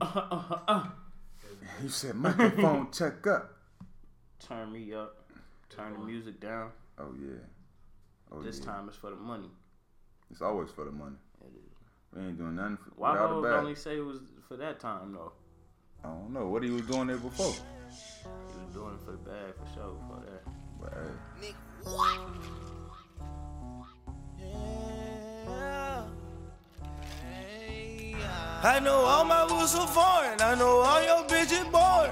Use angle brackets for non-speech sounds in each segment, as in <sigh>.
Uh, uh, uh. He <laughs> said microphone check up. Turn me up. Turn the music down. Oh yeah. Oh This yeah. time it's for the money. It's always for the money. It is. We ain't doing nothing for, Why without a would bag. only say it was for that time though? I don't know what he was doing there before. He was doing it for the bag for sure. For that. But hey, Nick, what? I know all my rules so foreign. I know all your bitches bored.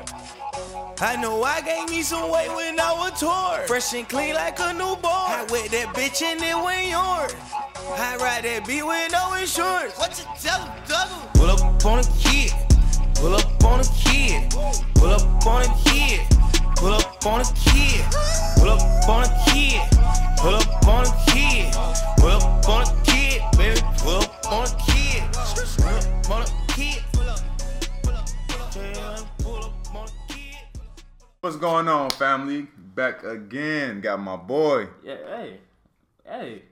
I know I gained me some weight when I was torn. Fresh and clean like a newborn. I wet that bitch and it went yours. I ride that beat with no insurance. What you tell him, Double? Pull up on a kid. Pull up on a kid. Pull up on a kid. Pull up on a kid. Pull up on a kid. Pull up on a kid. Pull up on a kid, baby. Pull up on a kid. Pull up on a kid. Pull up, pull up, pull up on a kid. what's going on, family? Back again. Got my boy. Yeah. Hey. Hey.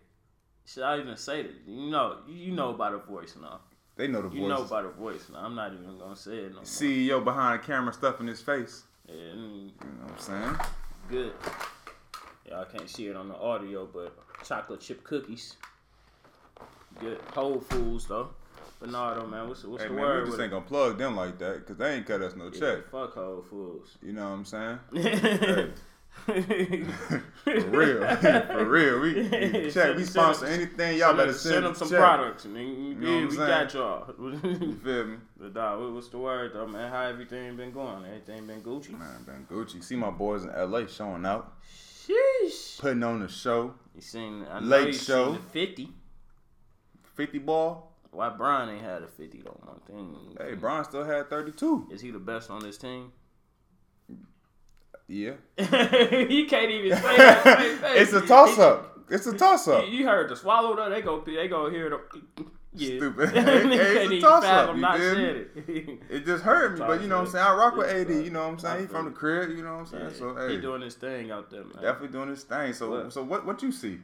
Should I even say that? You know. You know about her voice now. They know the You know voice. about her voice now. I'm not even gonna say it no more. CEO behind the camera stuff in his face. Yeah, mm, You know what I'm saying? good. Y'all can't see it on the audio, but chocolate chip cookies. Good Whole Foods though. But no, though, man. What's what's Hey the man, word? we just with ain't gonna plug them like that because they ain't cut us no it? check. Yeah, fuck Whole <laughs> Foods. You know what I'm saying? hey. For <laughs> real, <laughs> for real. We, we check. We sponsor anything. Y'all better send, send them us some check. products, nigga. know Yeah, what we I'm got y'all. <laughs> You feel me? but nah, what- what's the word though, man? How everything been going? Everything been Gucci? Man, been Gucci. See my boys in LA showing out, Sheesh. putting on the show. You seen? I know Late you show. Seen the Fifty. Fifty ball. Why Brian ain't had a fifty though? One thing. Hey, Bron still had thirty two. Is he the best on this team? <laughs> Yeah. he can't <laughs> even say that. Hey, hey, it's a toss up. It's a toss You, up. you heard the swallow though? They go. They go hear the. Yeah. Stupid. <laughs> They Hey, can't it's a even toss-up, fathom you Not feel me? said it. <laughs> It just hurt me, but you know what I'm saying. I rock with Yeah, AD. You know what I'm I saying. He feel from the you. crib. You know what I'm saying. So hey, he doing his thing out there, man. definitely doing his thing. So Look. so what what you see?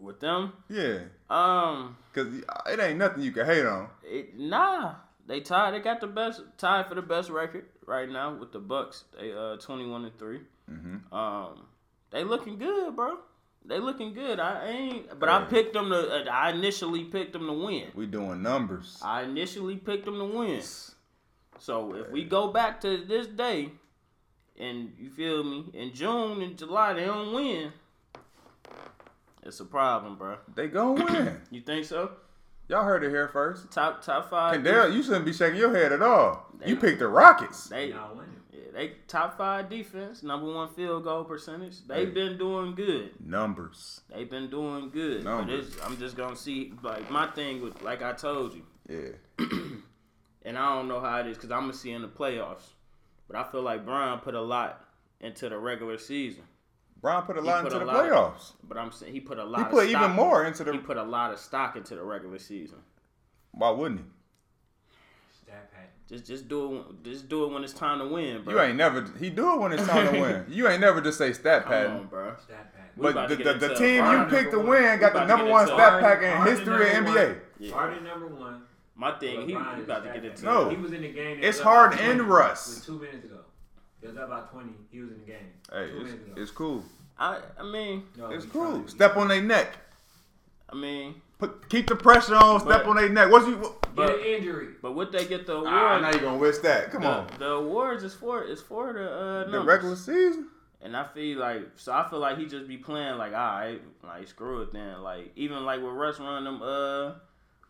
With them, Yeah, um, cause uh, it ain't nothing you can hate on. it, nah, they tied. They got the best tied for the best record right now with the Bucks. They uh twenty one and 3 Mm-hmm. Um, they looking good, bro. They looking good. I ain't, but I Yeah. picked them to. uh, I initially picked them to win. We doing numbers. I initially picked them to win. So if we go back to this day, and you feel me, in June and July they don't win, it's a problem, bro. They gonna <clears throat> win. You think so? Y'all heard it here first. Top top five. And Daryl, you shouldn't be shaking your head at all. You Damn. picked the Rockets. They Y'all winning. yeah, they top five defense, number one field goal percentage. They've Hey. been doing good. Numbers. They've been doing good. But Numbers. it's, I'm just gonna see like my thing with like I told you, Yeah. and I don't know how it is because I'm gonna see in the playoffs. But I feel like Brian put a lot into the regular season. Brown put a He lot put into a the lot of- playoffs. But I'm saying he put a lot. He of put even stock- more into He the. put a lot of stock into the regular season. Why wouldn't he? Stat pattern. Just just do it. when- Just do it when it's time to win, bro. You ain't never. He do it when it's <laughs> time to win. You ain't never just say stat Come pattern. on, bro. Stat pattern. We about But to the, the, get the into team you Harden picked to number We win got the about to number get one into stat pack in Harden history of number NBA. one. Yeah. Harden number one. My thing, he, he LeBron is about to get stat pattern. into No. He was in the game. It's It was up Harden by and 20 Russ. With two minutes ago. It was up by 20. He was in the game. Hey, two it's, minutes ago. it's cool. I I mean No, It's he cool. tried. Step on their neck. I mean, Put, keep the pressure on. Step But- on their neck. What's you? What, Get but an injury. but what they get the award? ah, now you gonna wish that. Come on. the, the awards is for is for the uh The numbers. regular season. And I feel like so I feel like he just be playing like all right, like screw it then. Like even like with Russ running them uh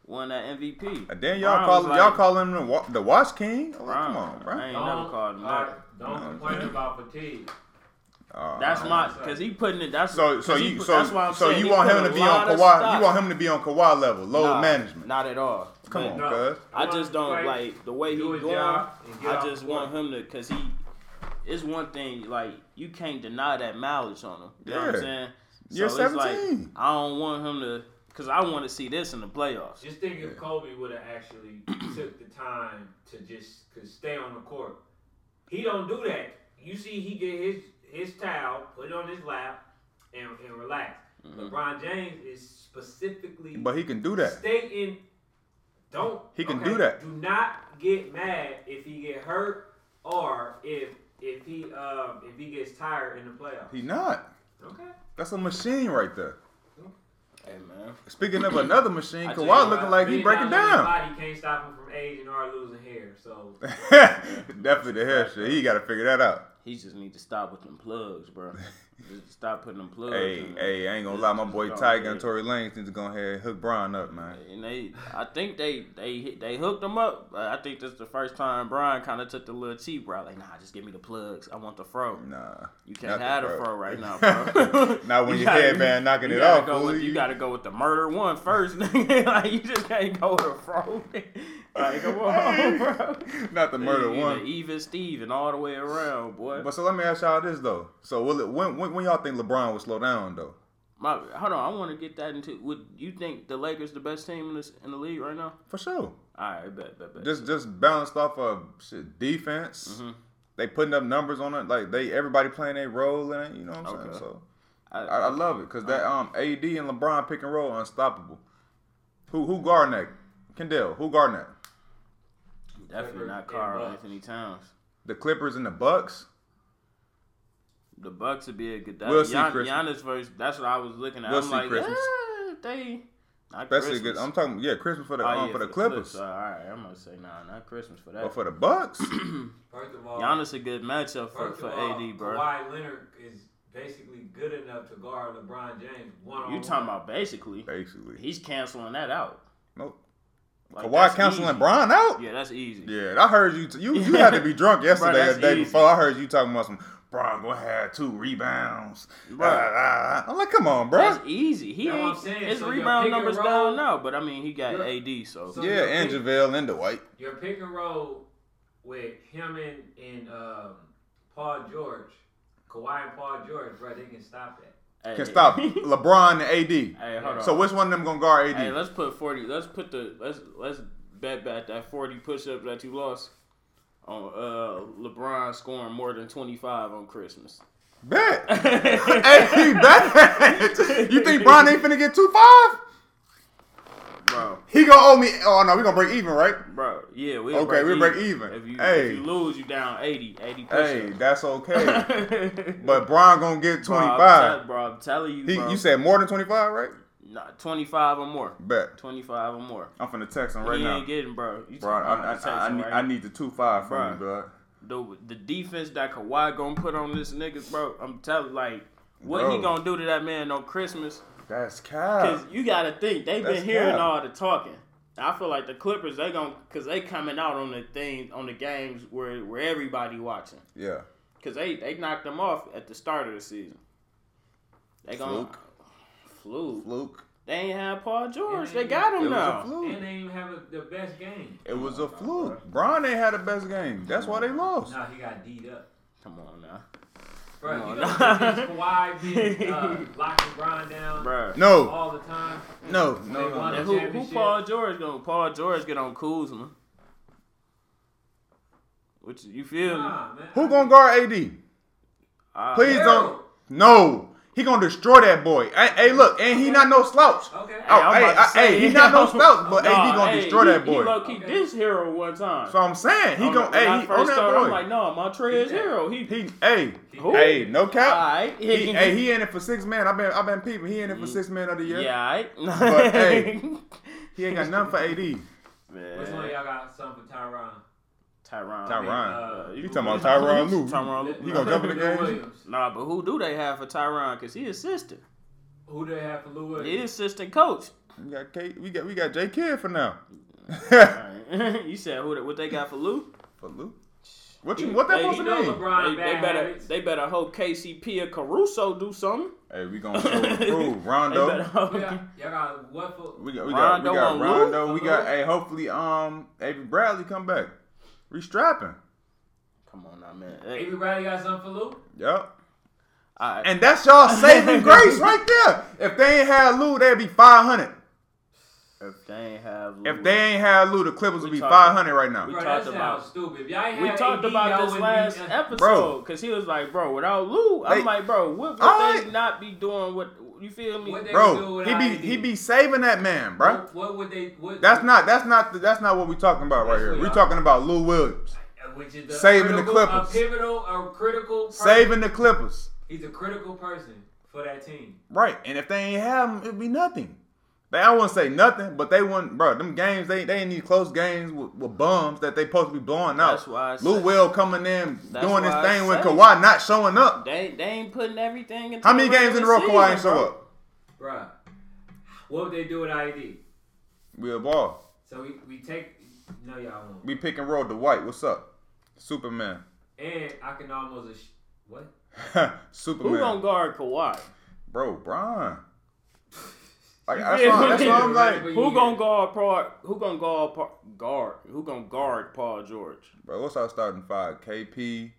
won that MVP. And then Brian y'all call was y'all like, call him the, wa- the Watch King. Oh, Brian, come on, bro. I ain't Don't, never called him uh, that. don't No. complain about fatigue. Uh, That's my because he putting it. That's So so 'cause he you put- so that's why I'm so saying you he want put him a to be lot on of Kawhi? stock. You want him to be on Kawhi level, load Nah, management. Not at all. Come But on, No. cuz. I just don't Right. like the way he Do his going. job and get I off just the want court. him to because he. It's one thing like you can't deny that mileage on him. You know what I'm Yeah. saying? You're so it's like 17. I don't want him to because I want to see this in the playoffs. Just think if Kobe would have <clears throat> actually took the time to just could stay on the court. He don't do that. You see, he get his his towel, put it on his lap, and, and relax. Mm-hmm. LeBron James is specifically But he can do that. stating, don't He can okay, do that. Do not not get mad if he get hurt or if if he um if he gets tired in the playoffs. He not. Okay. That's a machine right there. Hey man, <clears throat> Speaking of another machine, I tell Kawhi you looking what, like he Being breaking not losing down. Body can't stop him from aging or losing hair. So <laughs> Definitely the hair shit. He got to figure that out. he just need to stop with them plugs, <laughs> bro. just stop putting them plugs. Hey, in. hey, I ain't gonna lie. My boy Just Tiger don't and do it. Tory Lanez need to go ahead and hook Brian up, man. And they, I think they, they, hit- they hooked him up. But I think that's the first time Brian kind of took the little cheap route. Like, nah, just give me the plugs. I want the fro. Nah, You can't nothing, have the bro. fro <laughs> right now, bro. Not <laughs> when You your gotta- headband knocking you it gotta off, Go fool. with, you You- gotta go with the murder one first. <laughs> nigga. like, you just can't go with a fro. <laughs> like, <laughs> come on, <laughs> bro. not the murder You one. the Even Steve and all the way around, boy. But so let me ask y'all this though. So will it, when, when when y'all think LeBron will slow down though? My, hold on, I want to get that into. Would you think the Lakers the best team in this in the league right now? For sure. All right, bet, bet, bet. Just just balanced off of shit defense. Mm-hmm. They putting up numbers on it. Like they everybody playing their role in it. You know what I'm Okay. saying? So I- I, I love it because that um AD and LeBron pick and roll unstoppable. Who who guarding that? Kendall. Who guarding that? Definitely Clippers not and Carl Bucks. Anthony Towns. The Clippers and the Bucks. The Bucks would be a good. That, We'll see Gian, Christmas. Giannis versus. That's what I was looking at. We'll I'm see like, Christmas. yeah, they. Not Especially Christmas. good. I'm talking yeah Christmas for the Oh, um, yeah, for the Clippers, All right, I'm gonna say nah, not Christmas for that. but for the Bucks. first of all, Giannis a good matchup for, first for of all, AD, bro. Kawhi Leonard is basically good enough to guard LeBron James one on You talking about basically? basically. <clears throat> He's canceling that out. Nope. Like, Kawhi that's canceling easy. Brian out. Yeah, that's easy. Yeah, I heard you. T- you you <laughs> had to be drunk yesterday Bro, or that's the day easy. before. I heard you talking about some. Brian gonna have two rebounds. Bro. Ah, ah, ah. I'm like, come on, bro. That's easy. He That's what I'm ain't, saying. his So your rebound pick and numbers roll- down now, but I mean he got Yeah. AD, so, So- yeah, and JaVale and the White. your pick and roll with him and, and um, Paul George, Kawhi and Paul George, bro, they can stop that. Hey, <laughs> Can stop LeBron and AD. hey, hold on. So which one of them gonna guard AD? Hey, let's put forty. Let's put the let's let's bet back that forty push-ups that you lost on uh LeBron scoring more than twenty five on Christmas. bet. <laughs> hey, bet. you think Brian ain't finna get two five? bro, He gonna owe me. Oh no, we gonna break even, right? bro, yeah, we Okay, we'll break even. If you, Hey. if you lose, you down 80, 80 Hey, push-ups. that's okay. <laughs> but but Brian gonna get twenty bro, five. I'm telling you, He, bro, you said more than twenty five, right? nah, twenty five or more, Bet. twenty five or more. I'm finna text him right he now. ain't getting, bro. You Bro, I, talking I, about I, I, Texas need, right I need the two five from you, bro. the the defense that Kawhi gonna put on this niggas, bro. I'm telling like what he Bro. gonna do to that man on Christmas? That's Cause cow. you gotta think they've That's been hearing cap. all the talking. I feel like the Clippers they gonna cause they coming out on the things on the games where where everybody watching. Yeah. Cause they they knocked them off at the start of the season. They gonna Fluke. fluke. Fluke. They ain't have Paul George. It They ain't- got It him was a now. fluke. And they even have a, the best game. It was a fluke. Brian ain't had the best game. That's why they lost. No, he got D'd up. Come on now, Bro, Come you on. know Kawhi been uh, locking Brian down bro. No. all the time. No. They won No. it. And who, who championship. Paul George gonna Paul George get on Kuzma? Which you feel me? Nah, man. Who gonna guard AD? Ah, Please Harold. don't. No. He gonna destroy that boy. Hey, hey, look, and he not no slouch. Okay. Hey, Oh, I'm hey, about to I- say, hey, he not <laughs> no yo. slouch, but AD Nah, gonna hey, destroy he- that He boy. low key this hero one time. So I'm saying he On the- gonna. when I Hey, he first on that started, I'm boy. like, no, my Trez hero. He, He, hey, Who? Ah, hey, no cap. Alright. He, hey, he in it for six man. I've been, I've been peeping. He in it for six man of the year. <laughs> yeah, <laughs> alright. But, hey. He ain't got nothing for AD. Which one of man, y'all got something for Tyron? Tyron. Tyron. Uh, You talking about Tyronn Lue? Tyron Lue. He gonna jump in the Lou game. Williams. Nah, but who do they have for Tyron? Cause he assistant. Who do they have for Lou He Williams? assistant coach. We got K, we got we got J Kidd for now. Alright. <laughs> you said who? they- What they got for Lou? for Lou. What you what that Hey, supposed You to know mean? They, LeBron they bad better habits. they better hope KCP or Caruso do <laughs> something. Hey, we gonna show <laughs> and prove They better Rondo. hope. Yeah, y'all got what for? We got we got uh, Rondo we got on Lou? Rondo. We got Lou? hey, hopefully um Avery Bradley come back. Restrapping. Come on now, man. Hey, Everybody got something for Lou? Yep. all right. And that's <laughs> y'all saving grace right there. If they ain't had Lou, they'd be five hundred. if they ain't have Lou- If they ain't had Lou, the Clippers would be talking- five hundred right now. we Bro, talked that sounds about- stupid. If y'all ain't we had talked AD, y'all about this wouldn't last be, episode Bro. because he was like, "Bro, without Lou, I'm They- like, bro, what would All right. they not be doing? What You feel me? What they would do bro. He without be ID. he be saving that man, bro. What, what would they? What, That's not that's not the, that's not what we're talking about right Yes, here. we We're are. talking about Lou Williams Which is the Saving the critical, Clippers. A pivotal, a critical. Person. saving the Clippers, He's a critical person for that team. right? And if they ain't have him, it'd be nothing. They I wouldn't say nothing, but they wouldn't, bro. Them games they they need close games with, with bums that they supposed to be blowing out. That's why I Lou said- Will coming in That's doing his why I thing with said- Kawhi not showing up. They they ain't putting everything. Into How many the games in a regular row Kawhi ain't season, show bro. up? Bruh, what would they do with ID? We a ball. So we, we take, no, y'all won't. We pick and roll Dwight. What's up, Superman? <laughs> And I can almost, ass- what? Superman. Who gonna guard Kawhi? Bro, Brian. <laughs> Like, You that's feel why, me? that's why I'm like, <laughs> But Who you- gonna guard Paul? Who gonna guard Paul, guard? Who gonna guard Paul George? bro, what's our starting five? KP.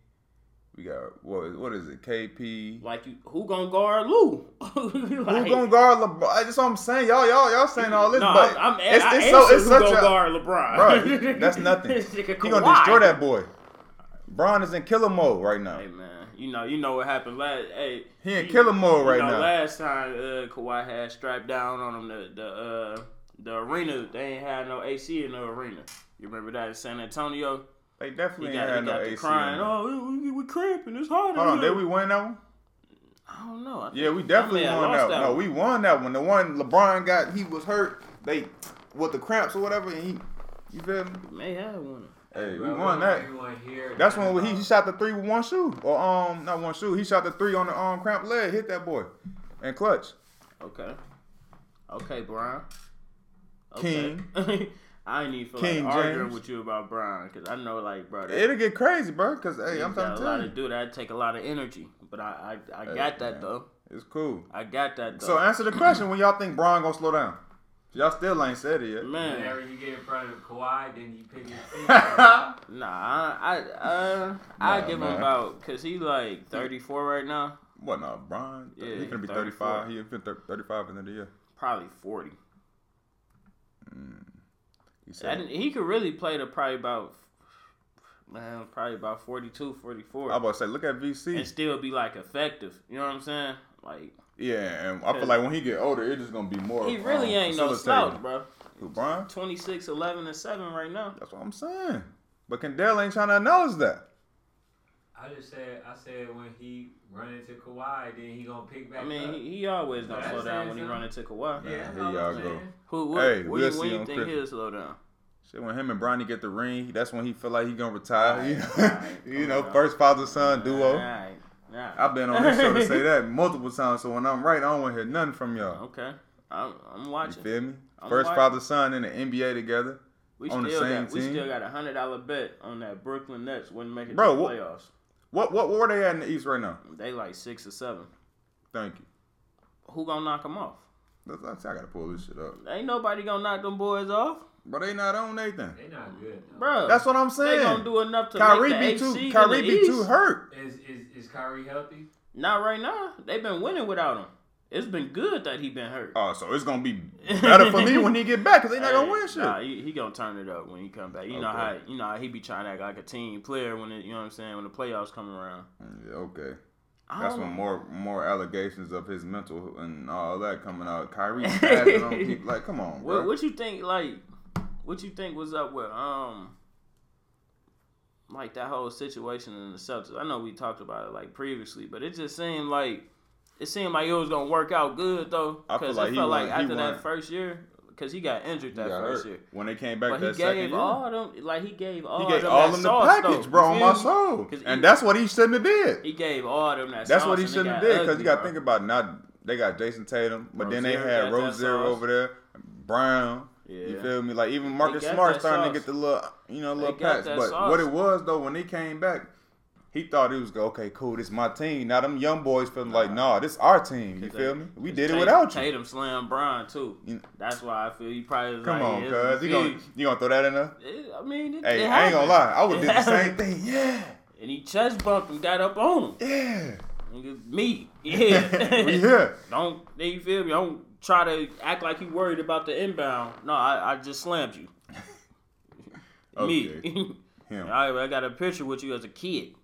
We got what? What is it? KP. Like you, who gonna guard Lou? <laughs> Who gonna guard LeBron? That's what I'm saying. Y'all, y'all, y'all saying all this, No, but I'm, I'm, it's, I it's so it's who such gonna a guard LeBron. bro. <laughs> That's nothing. This he nigga gonna Kawhi. destroy that boy. Bron is in killer mode right now. Hey man, you know you know what happened last. Hey, He in you- killer mode you right know, now. Last time uh, Kawhi had strapped down on him the the uh, the arena. They ain't had no AC in the arena. You remember that in San Antonio? They He definitely got, ain't had he no got AC. the in crying. there. Hold Oh, we, we, we cramping. It's hard. out on, here." <laughs> did we win that one? I don't know. I Yeah, think- we I definitely may have won lost that. one. No, one. we won that one. The one LeBron got, he was hurt. They with the cramps or whatever, and he, you feel me? may have won it. Hey, we Bruh, won don't that. want anyone here That's talking when he, he about- shot the three with one shoe, or um, not one shoe. He shot the three on the um cramp leg, hit that boy, and clutch. Okay. Okay, Brian. King. <laughs> I ain't even feel King like arguing James. with you about Brian because I know, like, bro, that, It'll get crazy, bro. Cause hey, he's I'm trying got a to lot tell to do. you, That take a lot of energy, but I, I, I Hey, got that man. though. it's cool. I got that though. So answer the question: When y'all think Bron gonna slow down? Y'all still ain't said it yet. man, Whenever you get in front of Kawhi, then you pick his feet. nah, I, I, uh, I Nah, give man. him about because he's like 34 right now, <laughs> What now, Bron? Yeah, he gonna be 34. 35. He been 35 at the end of the year. probably 40. He I said. didn't- he could really play to probably about, man, probably about 42, I 44, was about to say, look at VC. and still be like effective. You know what I'm saying? Like. Yeah, and I feel Cause- like when he get older, it's just gonna be more. He really um, ain't no slouch, facilitating. bro. Who, Bron? 26, 11, and 7 right now. That's what I'm saying. But Kendall ain't trying to acknowledge that. I just said, I said when he run into Kawhi, then he gonna pick back I mean, up. he, he always gonna That's slow down when he it, run into Kawhi. yeah, that's here all y'all I'm go. saying. Who, what, what do Hey, you- we'll when see you on think Christmas. he'll slow down? Shit, when him and Bronny get the ring, that's when he feel like he gonna retire. you know, Alright, <laughs> you come know on. first father son duo. Alright, alright. I've been on this show to <laughs> say that multiple times, so when I'm right, I don't want to hear nothing from y'all. Okay, I'm, I'm You watching. feel me? I'm First watching. father son in the NBA together. We on the still same got we team? still got a hundred dollar bet on that Brooklyn Nets wouldn't make it Bro, to the what- playoffs. What what were they at in the East right now? They like six or seven. Thank you. Who gonna knock them off? That's, that's, I gotta pull this shit up. Ain't nobody gonna knock them boys off, But they not on anything. They not good. though. bro. That's what I'm they saying. gonna do enough to Kyrie make the be eight too seed Kyrie in be the East. too hurt. Is is is Kyrie healthy? Not right now. They've been winning without him. It's been good that he been hurt. Oh, so it's gonna be better for me when he get back because they not gonna win shit. Nah, he, he gonna turn it up when he come back. You know Okay. how you know how he be trying to act like a team player when it, you know what I'm saying when the playoffs come around. Um, Yeah, okay, I that's don't- when more more allegations of his mental and all that coming out. <laughs> Kyrie passing on people like, come on, bro. What, what you think? Like, what you think was up with um, like that whole situation in the Celtics? I know we talked about it like previously, but it just seemed like it seemed like it was gonna work out good though. I feel Because like it he felt like won- he after won. that first year, because he got injured He that got first hurt. year. when they came back But that he second gave year, all them, like he gave all he Oh, gave them all that them the sauce, package, though. bro, You on feel my me? soul, 'Cause and he- that's what he shouldn't have did. He gave all them that. That's sauce what he and it shouldn't have got did because you ugly, got to bro. think about now they got Jason Tatum, but then they Rozier had got that Rozier sauce. over there, Brown. You Yeah. feel me? Like even Marcus got Smart that starting to sauce. get the little, you know, little got pats. that But sauce. what it was though, when he came back, he thought it was go, okay, cool, this my team. Now them young boys feeling like, nah, this our team. You feel me? We did it Tatum- without you. Tatum slammed Brian too. You- That's why I feel he probably was Come like, on, yeah, cuz you gonna you gonna throw that in there? It- I mean, it, Hey, it I ain't gonna happened. lie, I would It <laughs> did the same happened. thing. Yeah, And he chest bumped him, got up on him. yeah. Nigga, Me, <laughs> <laughs> we yeah. here. don't you feel me? Don't try to act like you worried about the inbound. No, I, I just slammed you. Me. <laughs> Okay. Him. <laughs> I, I got a picture with you as a kid.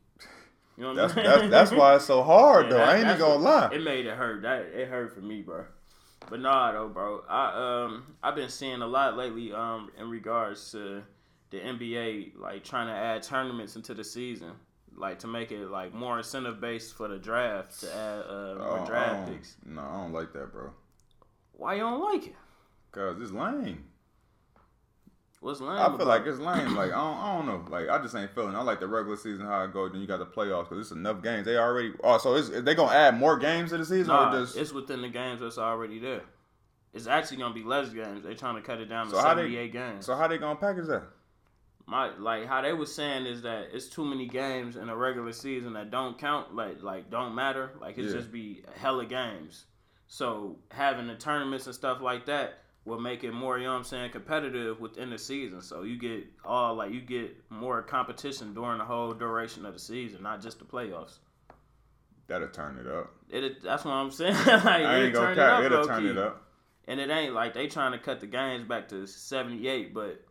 You know what That's I mean? that's, that's why it's so hard Yeah, though. that- I ain't even that's gonna what- lie. It made it hurt. That it hurt for me, bro. But nah, though, bro. I um I've been seeing a lot lately um in regards to the NBA like trying to add tournaments into the season, like to make it like more incentive based for the draft to add uh, more Oh, I draft don't- picks. No, I don't like that, bro. Why you don't like it? Cause it's lame. What's lame? I feel about like it? it's lame. Like I don't, I don't know. Like I just ain't feeling. it. I like the regular season how it go. Then you got the playoffs because it's enough games. They already. Oh, so is they gonna add more games to the season nah, or just? it's within the games that's already there. It's actually gonna be less games. They trying to cut it down to So how they- seventy eight games. So how they gonna package that? my like how they was saying is that it's too many games in a regular season that don't count, like like don't matter. Like it's Yeah. just be hella games. So having the tournaments and stuff like that will make it more, you know what I'm saying, competitive within the season. So you get all like you get more competition during the whole duration of the season, not just the playoffs. That'll turn it up. It, it that's what I'm <laughs> saying. like, I it'll ain't gonna turn cap. it up, It'll turn low-key it up. and it ain't like they trying to cut the games back to 78 but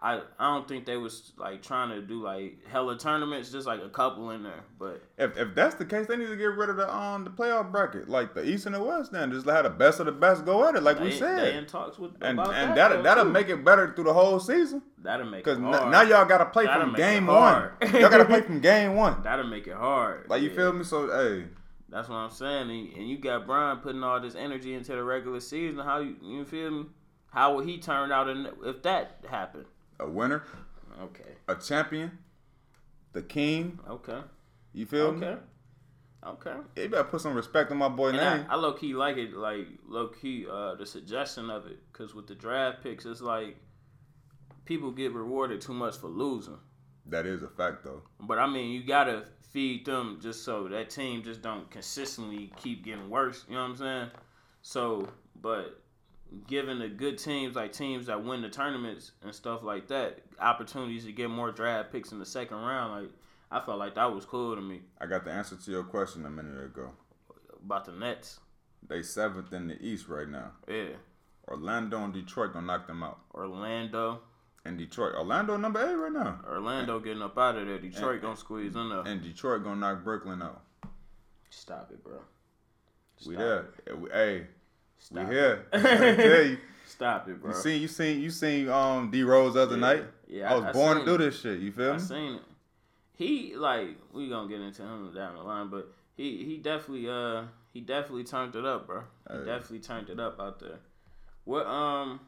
I, I don't think they was like trying to do like hella tournaments, just like a couple in there. But If, if that's the case, they need to get rid of the um the playoff bracket, like the East and the West. Then just have the best of the best go at it, like we they, they in said. talks with And about that and that though, that'll too. make it better through the whole season. that'll make it Cause hard. n- now y'all gotta play That'll from make it game one. hard. y'all <laughs> gotta play from game one. that'll make it hard. Like you Yeah. feel me? So hey, That's what I'm saying. And, and you got Brian putting all this energy into the regular season. How you you feel me? How would he turn out in, if that happened? a winner, Okay, a champion, the king. okay, You feel me? okay, okay. You better put some respect on my boy And name. I, I low key like it, like low key uh, the suggestion of it, because with the draft picks, it's like people get rewarded too much for losing. that is a fact though. But I mean, you gotta feed them just so that team just don't consistently keep getting worse. You know what I'm saying? So, but giving the good teams, like teams that win the tournaments and stuff like that, opportunities to get more draft picks in the second round, like I felt like that was cool to me I got the answer to your question a minute ago. about the Nets. They seventh in the East right now. Yeah, Orlando and Detroit gonna knock them out. Orlando. And Detroit, Orlando number eight right now. Orlando getting up out of there. Detroit and- gonna squeeze in there. And Detroit gonna knock Brooklyn out. Stop it, bro. We Stop there. it. Eh, we- Hey, we Stop here. I it. tell <laughs> you. Stop it, bro. You seen you seen you seen um D Rose the other Yeah. night. Yeah, I I- was I born to seen do it. this shit. You feel I me? seen it. He like we gonna get into him down the line, but he he definitely uh he definitely turned it up, bro. He Hey. definitely turned it up out there. What um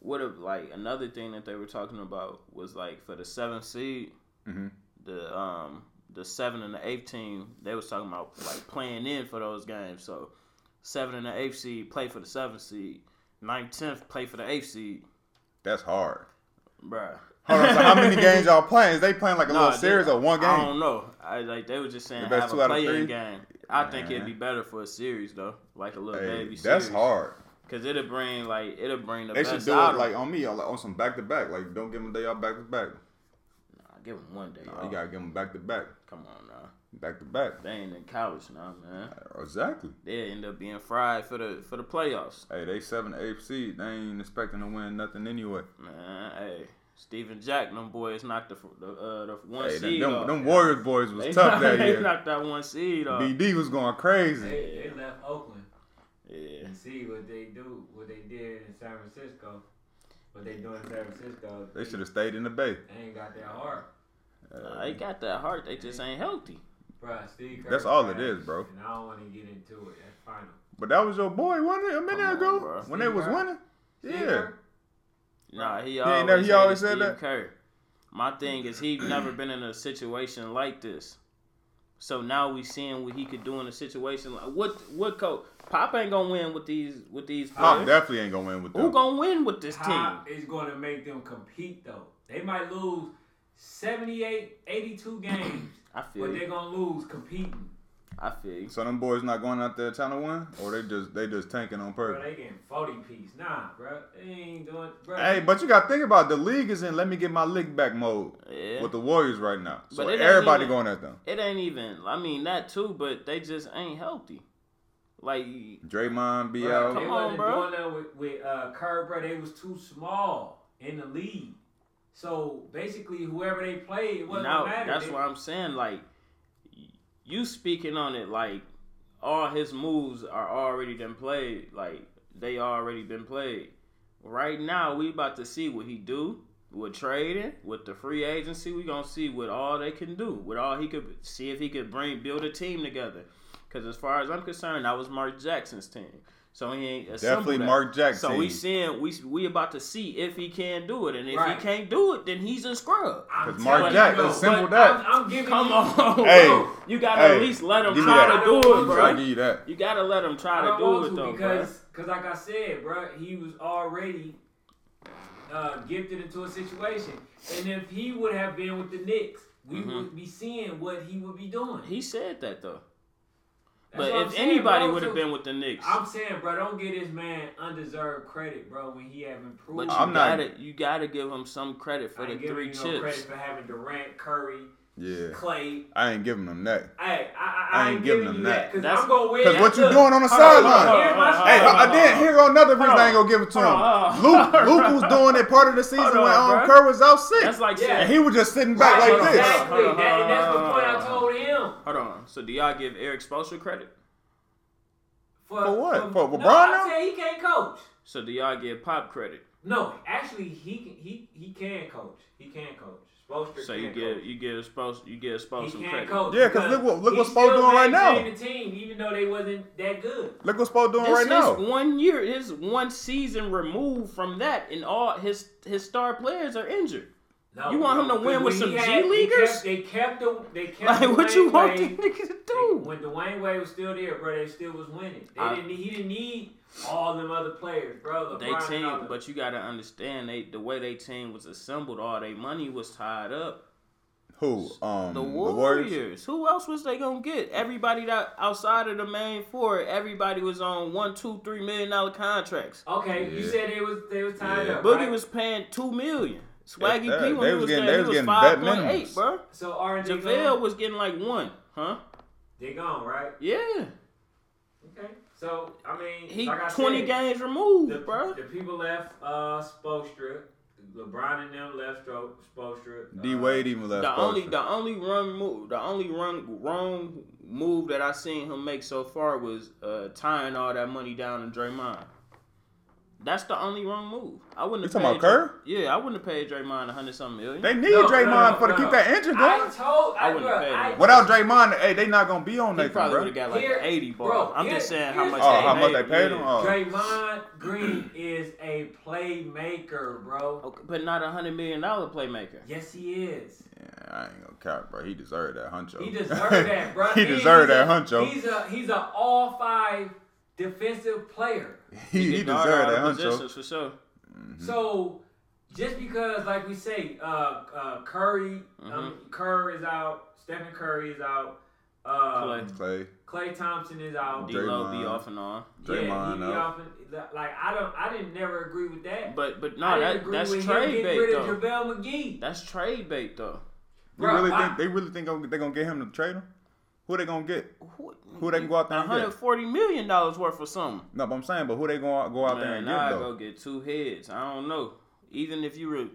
what if like another thing that they were talking about was like for the seventh seed, Mhm. the um the seven and the eighth team they was talking about like playing in for those games. So seven and the eighth seed play for the seventh seed, ninth tenth play for the eighth seed, That's hard. bruh. Hold on, so how <laughs> many games y'all playing? Is they playing like a Nah, little series they- or one game? I don't know. I like they were just saying The best have a two out of three? play-in game. I think it'd Man. be better for a series though, like a little Hey, baby that's series. hard. Cause it'll bring like it'll bring the They best should do out it of like them. on me, or, like, on some back to back. Like don't give them a day off back to back. Nah, give them one day. Nah, You off. gotta give them back to back, Come on now. back to back. They ain't in college now, man. Exactly. They end up being fried for the for the playoffs, Hey, they seven eighth seed. They ain't expecting to win nothing anyway. man. Hey, Steven Jack, them boys knocked the the, uh, the one Hey, them, seed them, off. them Warriors boys was they tough knocked, <laughs> that they year. knocked that one seed off. BD was going crazy. They, they left Oakland yeah. and see what they do, what they did in San Francisco, what they do in San Francisco. They should have stayed in the Bay. They ain't got their heart, Nah, they got that heart. They just ain't healthy. bro. Steve. Kerr That's all it trash, is, bro. And I don't want to get into it. That's final. But that was your boy, wasn't it? A minute Come on, ago bro. when they was Steve Kerr? winning. Steve Yeah, Kerr? Nah, he ain't always, never- he hated always said Steve that? Kerr. My thing is he never been in a situation like this. So now we seeing what he could do in a situation like what what coach Pop ain't gonna win with these with these Pop players. definitely ain't gonna win with Who them. gonna win with this team? How is going to make them compete though? They might lose 78, 82 games, I but feel they're you. gonna lose competing. I feel you. So them boys not going out there trying to win, or they just they just tanking on Bro, purpose. they getting forty piece. Nah, bro, they ain't doing. Bro, Hey, but you got to think about it. the league is in. Let me get my lick back mode Yeah. with the Warriors right now. So But it ain't everybody even- going at them. It ain't even I mean that too, but they just ain't healthy. Like Draymond be come Bro, they out. on, wasn't bro. doing that with, with uh, Kerr, bro. They was too small in the league. So basically, whoever they played, it wasn't now matter. that's They- why I'm saying like you speaking on it like all his moves are already been played. Like they already been played. Right now, we about to see what he do with trading, with the free agency. We gonna see what all they can do, with all he could see if he could bring build a team together. Because as far as I'm concerned, that was Mark Jackson's team. So he ain't assembled Definitely that. Mark Jackson. So we seeing we we about to see if he can do it, and if Right. he can't do it, then he's a scrub. Because Mark Jack assembled that. I'm, I'm giving Come you, on, <laughs> Hey, bro. you gotta hey, at least let him give me try that. to do it, Give me I'll bro. give you that. You gotta let him try I to don't do it want though, to bro. because, because like I said, bro, he was already uh, gifted into a situation, and if he would have been with the Knicks, we Mm-hmm. would be seeing what he would be doing. He said that though. That's what but I'm if saying, anybody bro. would have So, been with the Knicks, I'm saying, bro, don't get this man undeserved credit, bro, when he haven't but proved. you I'm not- gotta you gotta give him some credit for I the ain't giving three you chips. no credit for having Durant, Curry, Yeah. Clay. I ain't giving them that. Hey, I, I, I ain't giving you them that because That's- I'm gonna win. Because what you Look, doing on the Hold on, sideline? hold on, hold on, hold on, Hey, hold I, on, I did. hold on. Here go another reason I Hold ain't gonna give it to on, <laughs> him. hold Luke, on. Luke was doing that part of the season Hold when on, um, bro. Kerr was out sick, That's like and Yeah. saying, he was just sitting back Right, like hold on, hold this. Exactly. on, hold That, on, and that's the hold on, point I hold told him. hold on. So do y'all give Eric Spoelstra credit? For what? For no, LeBron I now? tell you, he can't coach. So do y'all give Pop credit? No, actually, he can- he he can coach. He can coach. Spoelstra So can you coach. give you give Spoelstra you give He Spoelstra can credit. coach. Yeah, 'cause because look what- look he what Spo still doing right now. maintained The team, even though they wasn't that good. Look what Spo doing This right is now. one year, his one season removed from that, and all his his star players are injured. No, You want him to because win with when some he G had- they kept- leaguers? They kept the they kept. Like, what you Dwayne want Wade. these niggas to They- do? Uh, When Dwayne Wade was still there, bro, they still was winning. They I- didn't. He didn't need all them other players, bro. They LeBron and all team, them. but you gotta understand they the way they team was assembled. All they money was tied up. Who? Um, The Warriors? Warriors. Who else was they gonna get? Everybody that outside of the main four, everybody was on one, two, three million dollar contracts. okay, you Yeah. said they was they was tied Yeah. up. Boogie right? was paying two million. Swaggy If that, P they when he was was getting- there, they was he was getting five vet point eight, minimums. bro. so aren't they JaVale gone? was getting like one, huh? They gone, right? Yeah. Okay. So I mean, He like I twenty said, games removed, The, bro. the people left uh, Spoelstra, LeBron and them left Stro- Spoelstra. D uh, Wade even left. The only Spoelstra. the only wrong move the only wrong wrong move that I seen him make so far was uh, tying all that money down to Draymond. That's the only wrong move. I wouldn't. You have talking paid about Dray- Yeah, I wouldn't have paid Draymond a hundred something million. they need No, no, Draymond no, for to no. keep that engine I going. told I I, wouldn't bro, pay I, him. Without Draymond, hey, they not gonna be on he that, probably bro. would have got like Here- an eighty ball. bro, I'm just here- saying how here's much. the oh, thing. how much they made, paid him? yeah. Oh. <clears throat> Draymond Green is a playmaker, bro. Okay, but not a hundred million dollar playmaker. Yes, he is. Yeah, I ain't gonna cap, bro. He deserved that huncho. He <laughs> deserved that, bro. he And deserved he's that a- huncho. He's a he's a all five defensive player. <laughs> He, he can guard deserved all that the huncho. positions for sure. Mm-hmm. So just because, like we say, uh, uh, Curry, um, Mm-hmm. Kerr is out, Stephen Curry is out, uh, Clay, Clay, Clay Thompson is out. D Lo be Draymond. off and on. yeah, he Draymond be out. off. and- Like I don't, I didn't never agree with that. But but I no, didn't that agree that's with him trade getting bait rid though. of JaVale McGee. That's trade bait though. You Bruh, really I- think they really think gonna- they gonna get him to trade him? Who they gonna get? Who, Who they can go out there and get? 140 million dollars worth of something. No, but I'm saying, but who they gonna go out there Man, and now I get go though? get two heads. I don't know. Even if you re-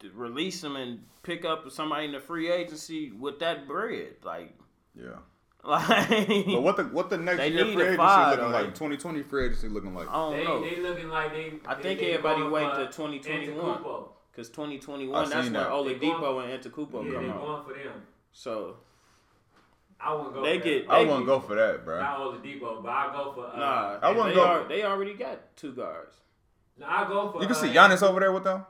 to release them and pick up somebody in the free agency with that bread, like, <laughs> Yeah. like <laughs> But what the what the next They year need free a agency five, looking though. like? 2020 free agency looking like? I don't They, know. they looking like they. I they- think they everybody going wait for till 2021. Antetokounmpo. Because I 2021, seen that's when that. Oladipo and Antetokounmpo Yeah, they come out. going for them. So I wouldn't go. They for get- that. I they- wouldn't go for that, bro. not Oladipo, but I will go for. Uh, nah, I and wouldn't they, go- are, they already got two guards. I go for. You can uh, see Giannis over there with them.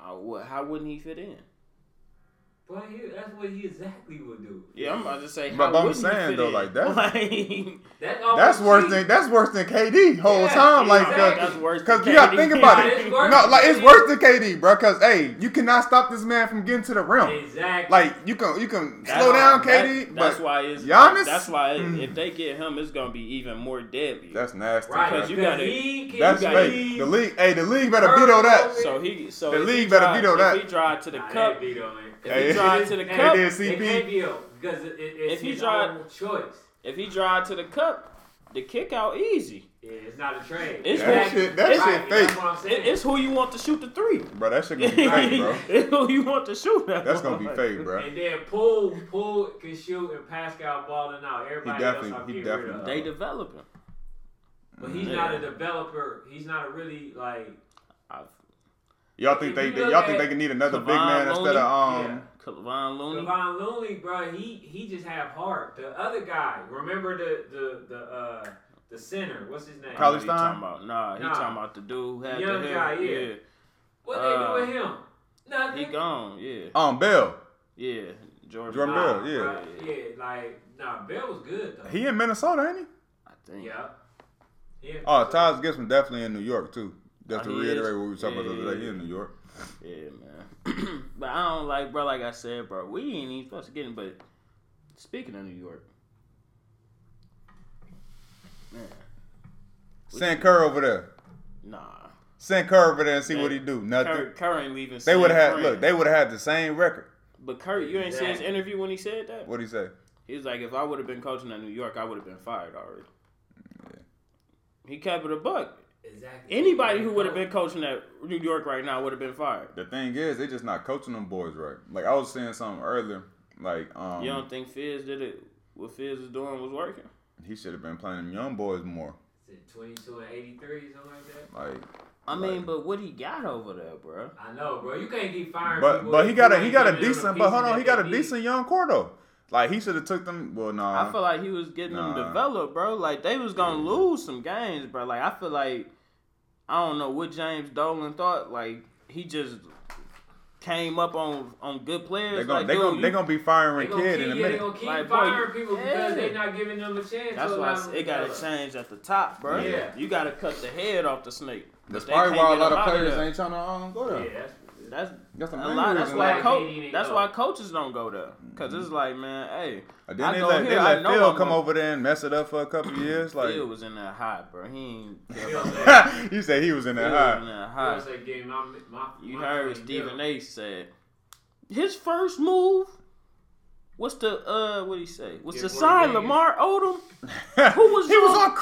I would- how wouldn't he fit in? But he, that's what he exactly would do. Yeah, I'm about to say. But how what I'm wouldn't he saying, fit though, in? like, <laughs> that- Like, That's, Oh, all That's we worse see. than that's worse than KD whole Yeah, time. <laughs> Like, uh, exactly. cause, That's worse cause than you gotta KD. think about That it. is worse No, than like it's KD. worse than KD, bro. Cause hey, you cannot stop this man from getting to the rim. Exactly. Like you can you can <laughs> That's slow why- down that- KD, but that's why it's Giannis? That's why Hmm. it, if they get him, it's gonna be even more deadly. that's nasty. right. bro. because you because gotta- He can That's you get gotta- fake. The league, hey, the league better veto that. so he so The if he league better drive- veto if that. He drive to the Nah, cup. that beat on it. Hey, he drive to the Hey, cup, hey, It CP. can't be on because it, it, it's If he his tried- own choice. If he drive to the cup, the kick out easy. Yeah, it's not a trade. It's That Exactly. shit, that It's- shit That's fake, what I'm saying. It, it's who you want to shoot the three. bro. That shit gonna be <laughs> fake, bro. it's who you want to shoot that That's gonna be motherfucker. fake, bro. <laughs> and then Poole, Poole can shoot and Pascal balling out. Everybody definitely- else I'm he getting rid definitely of. They developing. but he's Mm-hmm. Yeah. not a developer. He's not a really like I've, Y'all think they, they y'all think they can need another big man instead of um Yeah. Kevon Looney. Devon Looney, bro. He he just have heart. The other guy, remember the the the uh the center. What's his name? College He time? talking about, nah, he Nah. talking about the dude who had Young the hair. guy, yeah. What they uh, do with him? yeah. Nothing. He gone, yeah. um Bell? Yeah. Jordan, Jordan Bell. Bell. Nah, yeah. bruh, yeah, like nah, Bell was good though. He in Minnesota, ain't he? I think. yeah. Yeah. Oh, Taj Gibson definitely in New York too. Just Oh, to he reiterate is? what we were talking about the Yeah, other day, yeah, he in New York. Yeah, man. <clears throat> but I don't like, bro. Like I said, bro, we ain't even supposed to get him. But speaking of New York, man, Send Kerr over there. nah. Send Kerr over there and see Man, what he do. Nothing. Curry, Curry ain't leaving. they San would have had Fran. look. They would have had the same record. but Curry, you ain't see his Exactly. interview when he said that. What do you say? He was like, if I would have been coaching at New York, I would have been fired already. He kept it a buck. Exactly. Anybody who would have been coaching at New York right now would have been fired. The thing is, they just not coaching them boys right. Like I was saying something earlier. Like um, You don't think Fizz did it? What Fizz was doing was working. he should have been playing them young boys more. Is it 22 and 83, something like that. Like, I mean, Right. but what he got over there, bro? I know, bro. You can't keep firing. but people but if he got you a he ain't got a giving them the decent. But hold pieces on, that he got they a need. decent young core though. Like he should have took them. Well, no. I feel like he was getting them Nah. developed, bro. Like they was gonna lose some games, bro. Like I feel like I don't know what James Dolan thought. Like he just came up on on good players. they're gonna like, they dude, gonna you- they gonna be They firing gonna kid keep, in a yeah, they minute. gonna keep Like, boy, firing people yeah. because they're not giving them a chance. That's to why I allow s- them it to got develop. to change at the top, bro. Yeah. You got to cut the head off the snake. That's But they probably can't why a get lot up of out players there. ain't trying to um, go there. Yeah, that's, That's That's the a main lot. reason. That's why like, coach. KD didn't That's go. why coaches don't go there. Cause Mm-hmm. it's like, man, hey, And I then they go let, here, they I let know Phil I'm come gonna- over there and mess it up for a couple years. Like Phil was in that hot, bro. He <laughs> ain't. care Phil about said- you said, <laughs> he was in that Phil high. was in that Phil hot. said, "Give me my, my, You my heard what team Stephen deal." A. said. His first move. What's the uh? What do you say? What's Get the more sign? games. Lamar Odom. <laughs> Who was he was on- on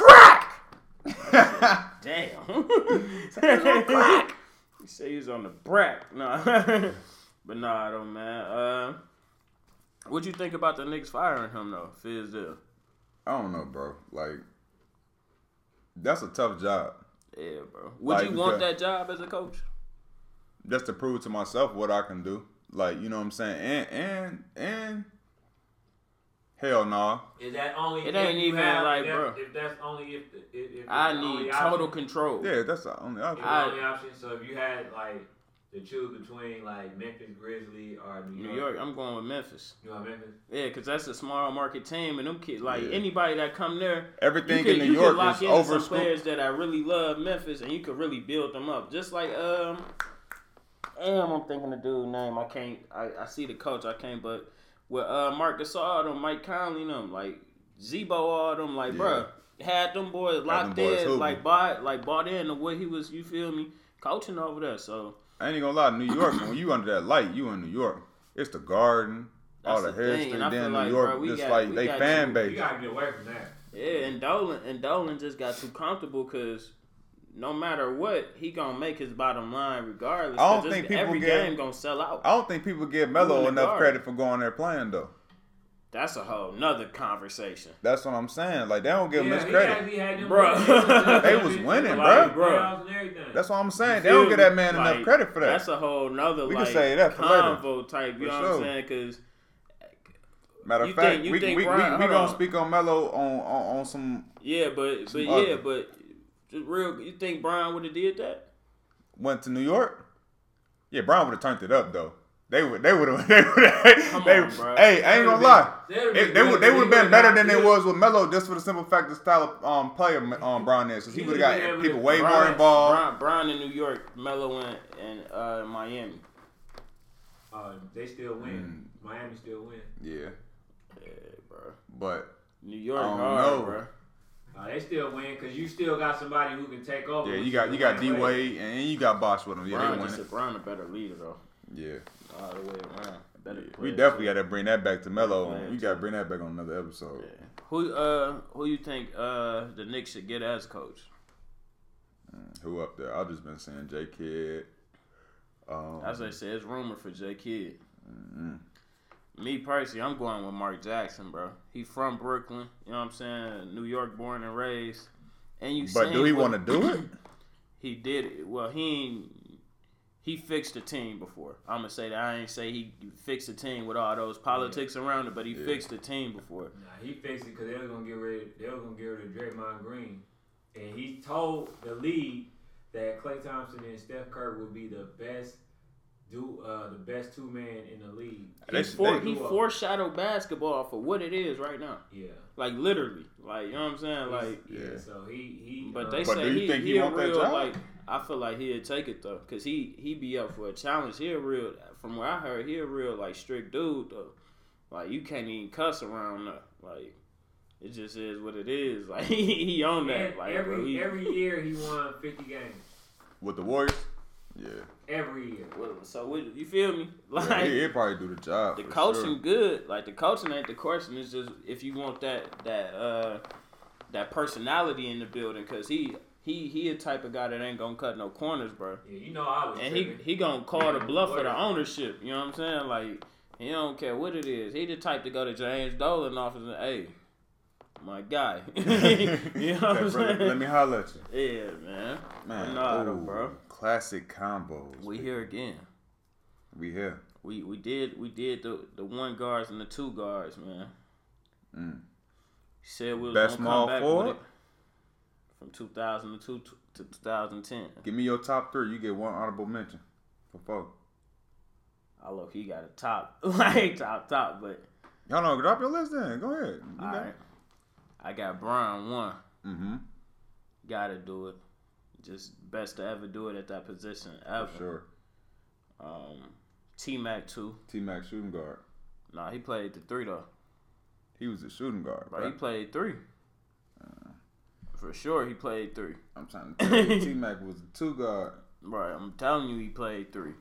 crack. Damn. <laughs> crack. You say he's on the brack. No. <laughs> but nah, though, man. Uh, what you think about the Knicks firing him though, Fizdale? <laughs> I don't know, bro. Like that's a tough job. Yeah, bro. Would Like, you want yeah. that job as a coach? Just to prove to myself what I can do. Like you know what I'm saying. And and and hell no. Is that only? It if ain't you even have, like, if that's, bro. If that's only if, the, if, if oh, I it's the need only total option, control. Yeah, that's the only if option. it's the I- only option. So if you had like to choose between like Memphis Grizzly or New York, New York, I'm going with Memphis. you know Memphis. Yeah, because that's a small market team, and them kids, like Yeah. anybody that come there, Everything you in could- New you could York lock is in some over players that I really love Memphis, and you could really build them up. Just like um, damn, I'm thinking the dude name. I can't. I, I see the coach. I can't. But with uh, Marc Gasol, them Mike Conley, them like Zebo, all them like Yeah. bruh, had them boys locked them boys in, hooping. like bought like bought in to what he was. You feel me? Coaching over there, so I ain't gonna lie, New York. when you under that light, you in New York. It's the Garden, all the That's the hair thing, and I and feel then New like, York, bro, we just got- we like they got fan you- You base. gotta get away from that. Yeah, and Dolan and Dolan just got too comfortable because no matter what, he gonna make his bottom line regardless. I don't 'cause it's- think people every get- game gonna sell out. I don't think people give in Melo the enough Garden? credit for going there playing though. That's a whole nother conversation, That's what I'm saying. Like they don't give him Yeah, his he credit. had, he had them Bro. winning. They was winning, <laughs> Like, bro. playoffs and everything. That's what I'm saying. You They don't feel give me? that man Like, enough credit for that. That's a whole nother We can like say that for later. convo type. You For know sure. what I'm saying? Because Matter you of fact, think- you we, think we, Brian- we, we hold gonna on. speak on Melo on, on on some yeah, but but other- yeah, but just real. You think Brian would have did that? went to New York. Yeah, Brown would have turned it up though. They would they would have <laughs> they would have they, on, bro. hey I ain't gonna They lie. would've been- It, they would they they would have been would've been better out than they there. was with Melo just for the simple fact the style of um, player um, Brown is because he He would have would've got been people able to- way more Brown- Brian, involved. Brian in New York, Melo in and uh, Miami. Uh, they still win. Mm. Miami still win. Yeah, Yeah, bro. but New York, I don't hard, know. bro. Uh, they still win because you still got somebody who can take over. yeah, with you got you got D Wade and you got Bosh with him. Yeah, they Brian just winning. a Brian a better leader though. Yeah. all the way around. Better player. We definitely got to bring that back to Melo. Yeah, on. We got to bring that back on another episode. Yeah. Who uh who you think uh the Knicks should get as coach? Who up there? I've just been saying J Kid. Um, As I said, it's rumor for J Kidd. Mm-hmm. Me personally, I'm going with Mark Jackson, bro. He from Brooklyn, you know what I'm saying? New York, born and raised. And you, but seen do he what want to do it? He did it. Well, he ain't, he fixed the team before. I'm gonna say that. I ain't say he fixed the team with all those politics around it, but he fixed the team before. Nah, he fixed it because they were gonna get rid. They were gonna get rid of Draymond Green, and he told the league that Klay Thompson and Steph Curry would be the best do uh, the best two man in the league. He, They- fore, they- he uh, foreshadowed basketball for what it is right now. Yeah, Like literally, like you know what I'm saying. Like yeah. Yeah. So he he. But uh, they But say do you he, think he, he a want that real job? like. I feel like he'll take it though, cause he he be up for a challenge. He a real from what I heard, he a real like strict dude though. Like you can't even cuss around though. Like it just is what it is. <laughs> Like he, he on that. ev- Like every bro, he, every year he won fifty games. With the Warriors? Yeah. Every year. Well, so what, you feel me? <laughs> Like yeah he, will probably do the job. the for coaching sure. good. Like the coaching ain't the question. It's just if you want that that uh that personality in the building, cause he he he a type of guy that ain't gonna cut no corners, bro. Yeah, you know I was. And he tripping. he gonna call the bluff for the ownership. You know what I'm saying? Like he don't care what it is. He the type to go to James Dolan office and hey, my guy. <laughs> <laughs> you <laughs> know what Hey, I'm bro, let- saying? Let me holler at you. yeah, man. Man, nah, ooh, bro. Classic combos. We here again. We here. We we did we did the the one guards and the two guards, man. Mm. Said we was Best gonna small come back forward? with it from 2002 to 2010. Give me your top three. You get one honorable mention for four. I look, he got a top <laughs> like top top, but Y'all know, drop your list then. Go ahead. You All right. I got Brian one. Mm-hmm. Gotta do it. Just best to ever do it at that position ever. For sure. Um, T Mac two. T Mac shooting guard. Nah, he played the three though. He was a shooting guard. Right, Right. Uh. he played three. For sure, he played three. I'm trying to tell <laughs> you, T Mac was a two guard. Right, I'm telling you, he played three.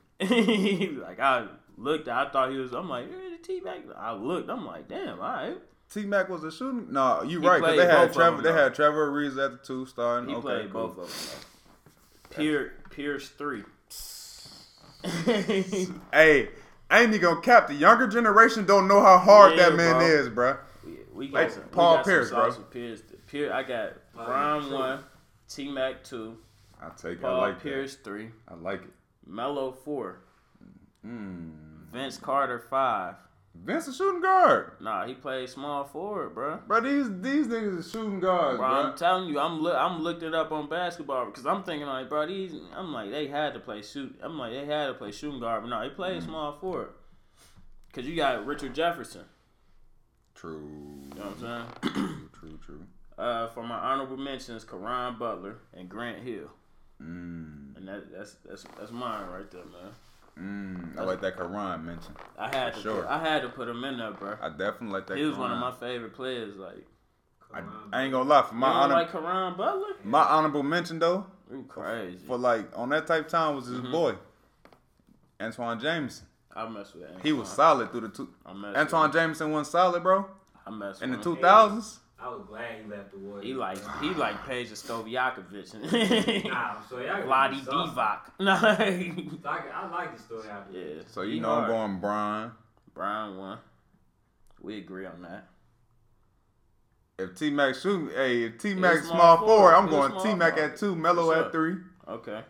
<laughs> like I looked, I thought he was. I'm like, eh, T Mac. I looked, I'm like, damn, all right. T Mac was a shooting. No, you He right. Cause played they both had of Trevor. them, they though. had Trevor Reeves at the two starting. He okay, played cool. both of them. though. Pier, Pierce three. <laughs> Hey, ain't he gonna cap? The younger generation don't know how hard Yeah, that man bro. is, bruh. Yeah, we got Like some, Paul we got some Pierce, bro. sauce with Pierce. Pier- I got Paul Brown Pierce, one, T Mac two, I take it. I Paul like Pierce three, that. I like it. Mello four, Mm. Vince Carter five. Vince a shooting guard, Nah, he played small forward, bro. bro. These these niggas are shooting guards, Bro, I'm bro. telling you, I'm look, I'm looked it up on basketball because I'm thinking like, bro, these, I'm like they had to play shoot, I'm like they had to play shooting guard, but no, he played Mm-hmm. small forward. Cause you got Richard Jefferson, True. you know what I'm saying? True. True. True. Uh, for my honorable mentions, Karan Butler and Grant Hill, Mm. and that, that's that's that's mine right there, man. Mm. I like that Karan mention. I had For to sure. put, I had to put him in there, bro. I definitely like that. He was Karan. one of my favorite players. Like I, Karan. I ain't gonna lie. For my my honor, like Karan Butler, my honorable mention though, you crazy. for like on that type of time was his Mm-hmm. boy, Antoine Jameson. I mess with Antoine. He was solid through the two. I mess Antoine With him. Jameson was solid, bro. I mess In the with him. two thousands. I was glad he left the Warriors. He like he like Paige Stojakovic, <laughs> Nah, so y'all Vladi got me sauce. Divac. <laughs> No. So I, I like the story out there. yeah. So he you know hard. I'm going Brian. Brian won. We agree on that. If T Mac shoot, hey, if T Mac He a small small forward, forward. I'm He a going small T Mac forward. at two, Melo For at sure. three. Okay.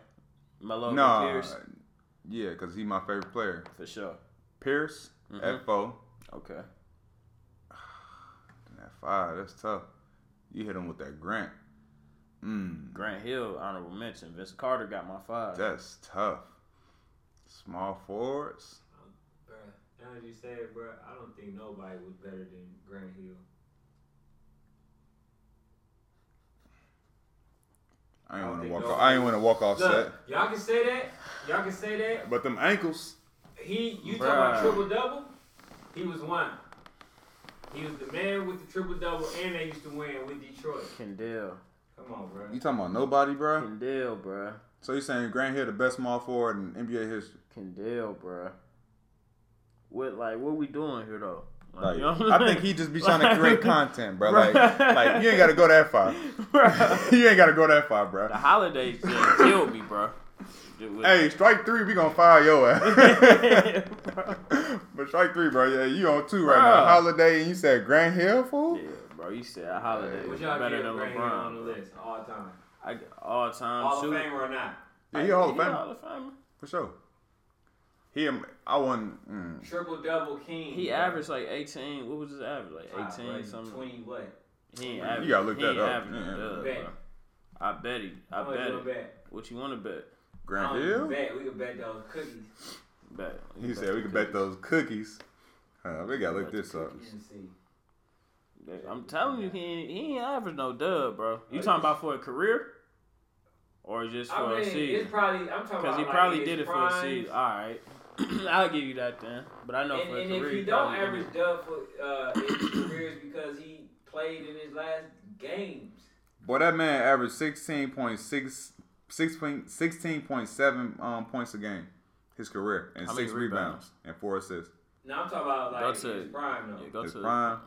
Melo Nah, and Pierce yeah, because he's my favorite player. for sure. Pierce Mm-hmm. at four, Okay. and at five, that's tough. You hit him with that Grant. Mm, Grant Hill honorable mention. Vince Carter got my five. that's tough. Small forwards. Bruh, now that you say it, bruh, I don't think nobody was better than Grant Hill. I ain't I want to think walk. no- Off, I ain't want to walk off Look, set. y'all can say that. Y'all can say that. But them ankles. He, you talking Bruh. about triple double? He was one. He was the man with the triple double, and they used to win with Detroit. Kendall. Come on, bruh. You talking about nobody, bro? Kendall, bruh. So you saying Grant Hill the best small forward in NBA history? Kendall, bruh. with like what we doing here though. Like, you know what I I'm think he saying? just be <laughs> trying to create content, bro. Like, Right. like you ain't gotta go that <laughs> far. <laughs> Bruh. you ain't gotta go that far, bro. The holidays just killed me, bro. <laughs> Hey, strike three, we gonna fire your ass. Bruh. but strike three, bro. Yeah, you on two right now. Bruh. Holiday, and you said Grand Hill, fool. Yeah, bro. You said a holiday What was y'all better get than right here on the LeBron. list all time? I all time Hall of shooter. Famer or not? Yeah, he a Hall of He Famer Hall of Famer. for sure. He, am- I want. Mm, Triple double king. He bro. averaged like 18. What was his average? Like Top, 18 like, something. Twenty what? He ain't average. gotta look he that ain't up. average. Yeah. Duh, Bet. bro. I bet he. I How much bet Oh, you Oh, it. bet? What you want to bet? I Grand Um, don't Hill. even bet. We can bet those cookies. Bet. He said we could bet those cookies. Uh, we gotta look Bet the this up. You can see. I'm telling you, he ain't, he ain't average no dub, bro. You talking about for a career, or just for I mean, a season? it's probably. I'm talking Because about he like, probably his did it for a prime. season. All right, <clears throat> I'll give you that then. But I know And, for a and career, if you he don't probably did average it. dub for uh, his career, it's because he played in his last games. Boy, that man averaged 16.6, 16, 16.7 um, points a game his career and How many six rebounds rebounds? and four assists. Now I'm talking about like That's his it. prime yeah, though. go His to prime.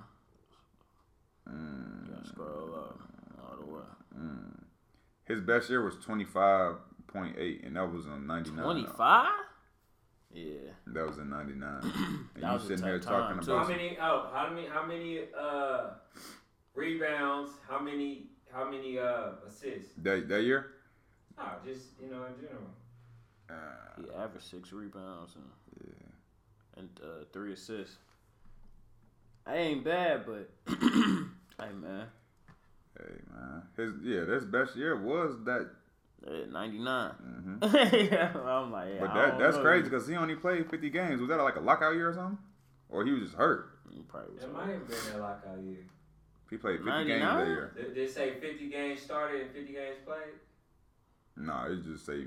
Mm, Gotta scroll up all the way. His best year was 25.8, and that was in 99. Twenty five. Yeah, That was <clears throat> in 99. and That you was a sitting tough here time, talking too. How about. many? Oh, how many? How many uh, rebounds? How many? How many uh, assists? That, that year? No, just you know in general. Uh, he averaged six rebounds and and uh, three assists. I ain't bad, but <clears throat> hey man, hey, man. His, yeah, his best year was that. ninety <laughs> nine. mhm. I'm like, yeah, But I that don't that's know. crazy because he only played 50 games. Was that like a lockout year or something? Or he was just hurt? He probably was That might have been that lockout year. He played 50 games that 99? year. Did they say 50 games started and 50 games played? Nah, it just say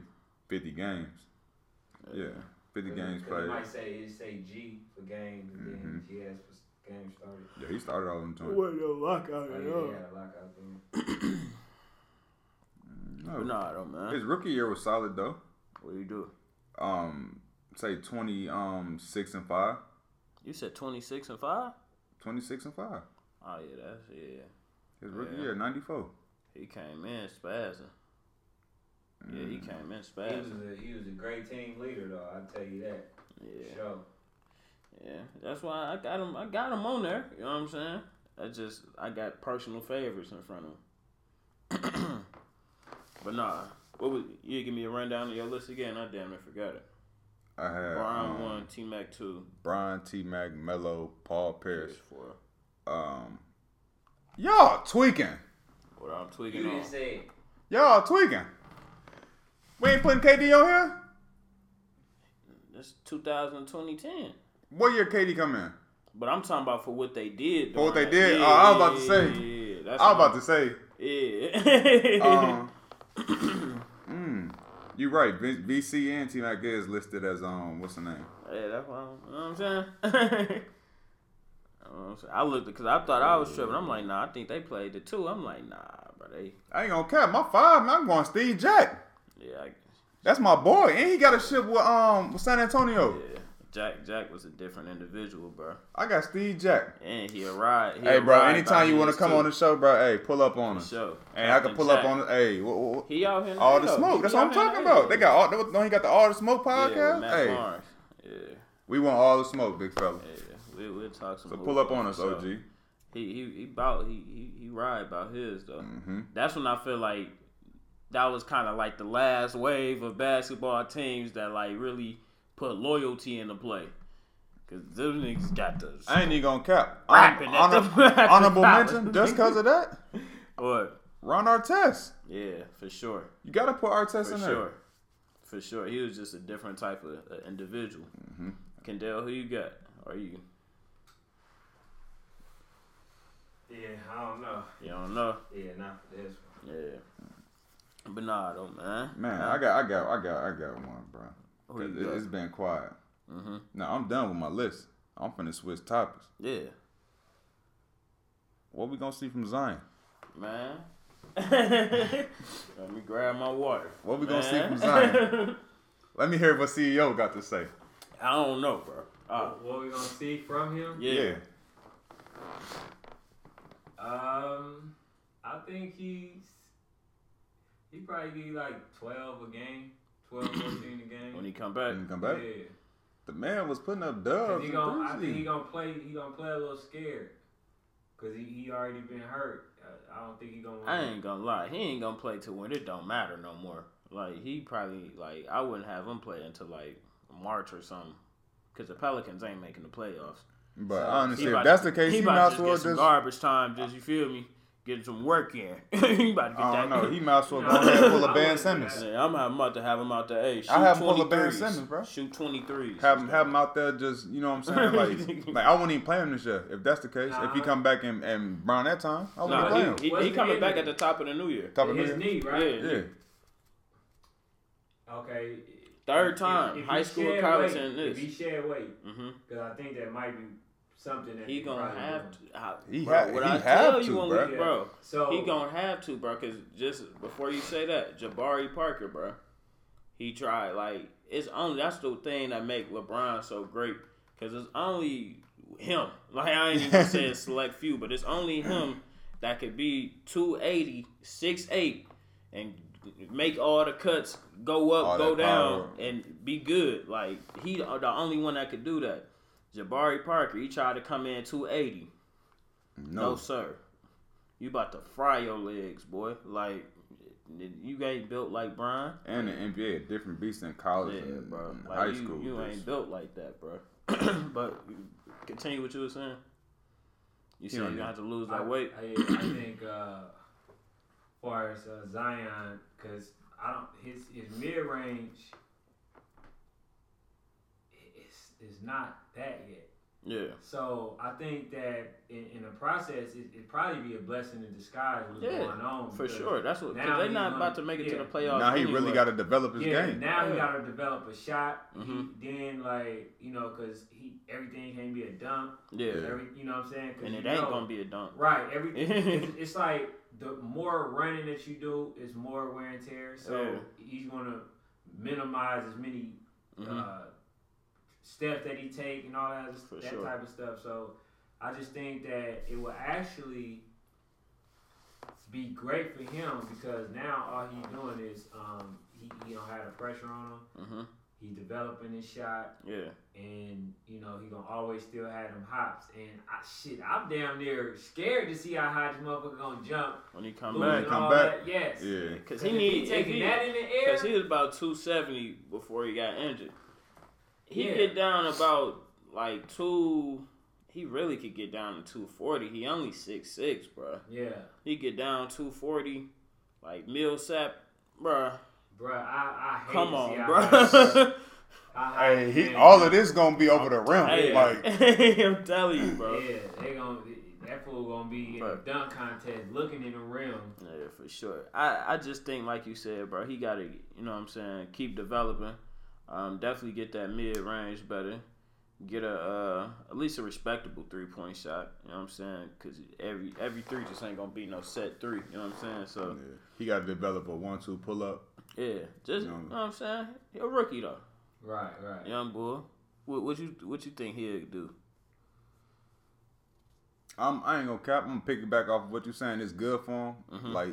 fifty games. Yeah, fifty games 'Cause It played. Mm-hmm. might say it say G for games and then GS for games started. Yeah, he started all in twenty. What a lockout, Oh, yeah, yeah, lockout thing. No, But nah, though, man. his rookie year was solid though. What do you do? Um, say twenty um six and five. You said twenty six and five. 26 and 5. Oh yeah, that's yeah. His rookie Yeah. year, 94. He came in spazzing. Yeah, Mm. he came in He was, spazzing. a, he was a great team leader, though. I'll tell you that. Yeah. Sure. Yeah, that's why I got him. I got him on there. You know what I'm saying? I just I got personal favorites in front of him. <clears throat> but nah, what was you give me a rundown of your list again? I damn near forgot it. I had Brian um, one, T Mac two, Brian T. Mac, Mello, Paul Pierce. Pierce four. Um, y'all tweaking. What I'm You tweaking on? didn't say it. Y'all tweaking. We ain't putting KD on here? That's 2010. What year KD come in? But I'm talking about for what they did. For what during they that- did? Oh, I was about to say. Yeah, yeah, that's I was what about to say. <laughs> Yeah. <laughs> um, <clears throat> mm, you're right. B- BC and T Mac is listed as um, what's the name? Yeah, that's why. I'm- You know what I'm saying? <laughs> You know what I'm saying? I looked because I thought I was tripping. I'm like, nah, I think they played the two. I'm like, nah, bro, they, I ain't gonna cap my five. Man, I'm going Steve Jack. yeah, I, That's my boy, and he got a ship with um with San Antonio. yeah. Jack, Jack was a different individual, bro, I got Steve Jack. and he arrived. He Hey, bro. arrived by Anytime you want his to come two. on the show, bro. Hey, pull up on us. show, Hey, I can Captain pull up Jack. on. Hey, what, what, He out here in all the field. smoke. He That's out what I'm here in talking the about. They field. got all. Don't he got the all the smoke yeah, with podcast? Matt hey, Barnes. yeah, we want all the smoke, big fella. yeah. We, we'll talk some. So hoops pull up on the us, show. OG. he he he about he he, he right about his though. Mhm. That's when I feel like that was kind of like the last wave of basketball teams that like really put loyalty into play. Cause them niggas got the I ain't even gonna cap. Rapping at Honor- the- <laughs> at the honorable college. mention just because of that. or Ron Artest. yeah for sure You gotta put Artest for in there. sure for sure he was just a different type of uh, individual. Mm-hmm. Kendall, who you got? Are you? Yeah, I don't know. You don't know. Yeah, not for this one. Yeah. But nah, though, man. Man, I got, I got, I got, I got one, bro. Who you It, got? Mm-hmm. has been quiet. mm No, I'm done with my list. I'm finna switch topics. Yeah, What we gonna see from Zion? <laughs> man. Let me grab my water. What we gonna see man. from Zion? Let me hear what CEO E got to say. <laughs> I don't know, bro. Uh, What we gonna see from him? yeah. yeah. Um, I think he's he probably get like twelve a game, 12, 14 a game. When he come back, When he come yeah, back, the man was putting up dubs. 'Cause he in gonna, I Bruce think he League. gonna play. He gonna play a little scared because he, he already been hurt. I, I don't think he gonna. I wanna- ain't gonna lie. He ain't gonna play till when it don't matter no more. Like he probably like I wouldn't have him play until like March or something. Cause the Pelicans ain't making the playoffs. But So, honestly, he if about that's to- the case, he, about might to just as well get some just. garbage time. Just you feel me? Getting some work in. <laughs> he about to get I that. don't know. He might as well go No. ahead and pull I <laughs> a Ben wouldn't do Simmons. that. Yeah, I'm, I'm about to have him out there. Hey, shoot I have him pull up Ben 23s. Simmons, bro. Shoot 23s. Have him, have him out there just, you know <laughs> what I'm saying? Like, like I wouldn't even play him this year if that's the case. If he Nah. come back and, and Brown that time, I wouldn't Nah, play he- him. he, he, What's the coming end back of at the top of the new year. Top of his the year. knee, right? Yeah. Yeah. Okay. Third If- time, if he high school, shed college, weight, and If he this. shed weight, hmm because I think that might be something that He gonna probably have doing. to. I, He bro, ha- what he I have tell to, you, when bro. we, bro, So he gonna have to, bro. Cause just before you say that, Jabari Parker, bro, he tried. Like it's only that's the thing that make LeBron so great. Cause it's only him. <laughs> Like I ain't even <laughs> saying select few, but it's only him that could be 280, 6'8", and make all the cuts, go up, All go that down, power. and be good. Like he the only one that could do that. Jabari Parker, he tried to come in 280. No, No. sir. You about to fry your legs, boy. Like you ain't built like Brian. And the NBA, a different beast in college Yeah, and bro. and Like high you, school. you There's- ain't built like that, bro. <clears throat> but continue what you were saying. You said Yeah, you're yeah. gonna have to lose I, that weight. I, I think uh, far as uh, Zion, because I don't his his mid range. It's it's not that yet. Yeah. So I think that in, in the process, it, it'd probably be a blessing in disguise what's Yeah, going on For because sure. That's what now because they're he's not gonna- about to make it to yeah. the playoffs. Now he anyway. really got to develop his yeah, game. Now he Yeah. got to develop a shot. He- Mhm. then, like you know, because he everything can be a dunk. Yeah. Every, you know what I'm saying? 'Cause And you it ain't know- gonna be a dunk. right. <laughs> Everything. it's, it's like the more running that you do is more wear and tear. So Yeah. he's gonna minimize as many Mhm. uh, steps that he take and all that For that sure. type of stuff. So I just think that it will actually be great for him because now all he's doing is um, he, he don't have the pressure on him. Mhm. He's developing his shot Yeah. and you know he gonna always still have them hops. And I shit, I'm damn near scared to see how high this motherfucker gonna jump. When he come losing back. come all back. That. Yes. Yeah. Because If he need if taking he, that in the air. Because he was about 270 before he got injured. He Yeah. get down about like two. He really could get down to 240. He only six six, bro. yeah, He get down 240, like Millsap, bro. bruh, I, I hate Come to see on, how high- bro. how high Hey, this he, man all jump. of this gonna be over the <laughs> rim. hey, <laughs> Like, I'm telling you, bro. Yeah. Yeah, they gonna that fool gonna be in Bruh. the dunk contest, looking in the rim. for sure. I, I just think, like you said, bro, he got to, you know what I'm saying, keep developing. Um, definitely get that mid range better. get a uh, at least a respectable three point shot. You know what I'm saying? Because every every three just ain't gonna be no set three. You know what I'm saying? Yeah. So he got to develop a one-two pull-up. yeah, just you Yeah. know what I'm saying. He a rookie though, Right, right. young boy. What, what you what you think he'll do? I'm, I ain't gonna cap. I'm gonna piggyback off of what you're saying. It's good for him. Like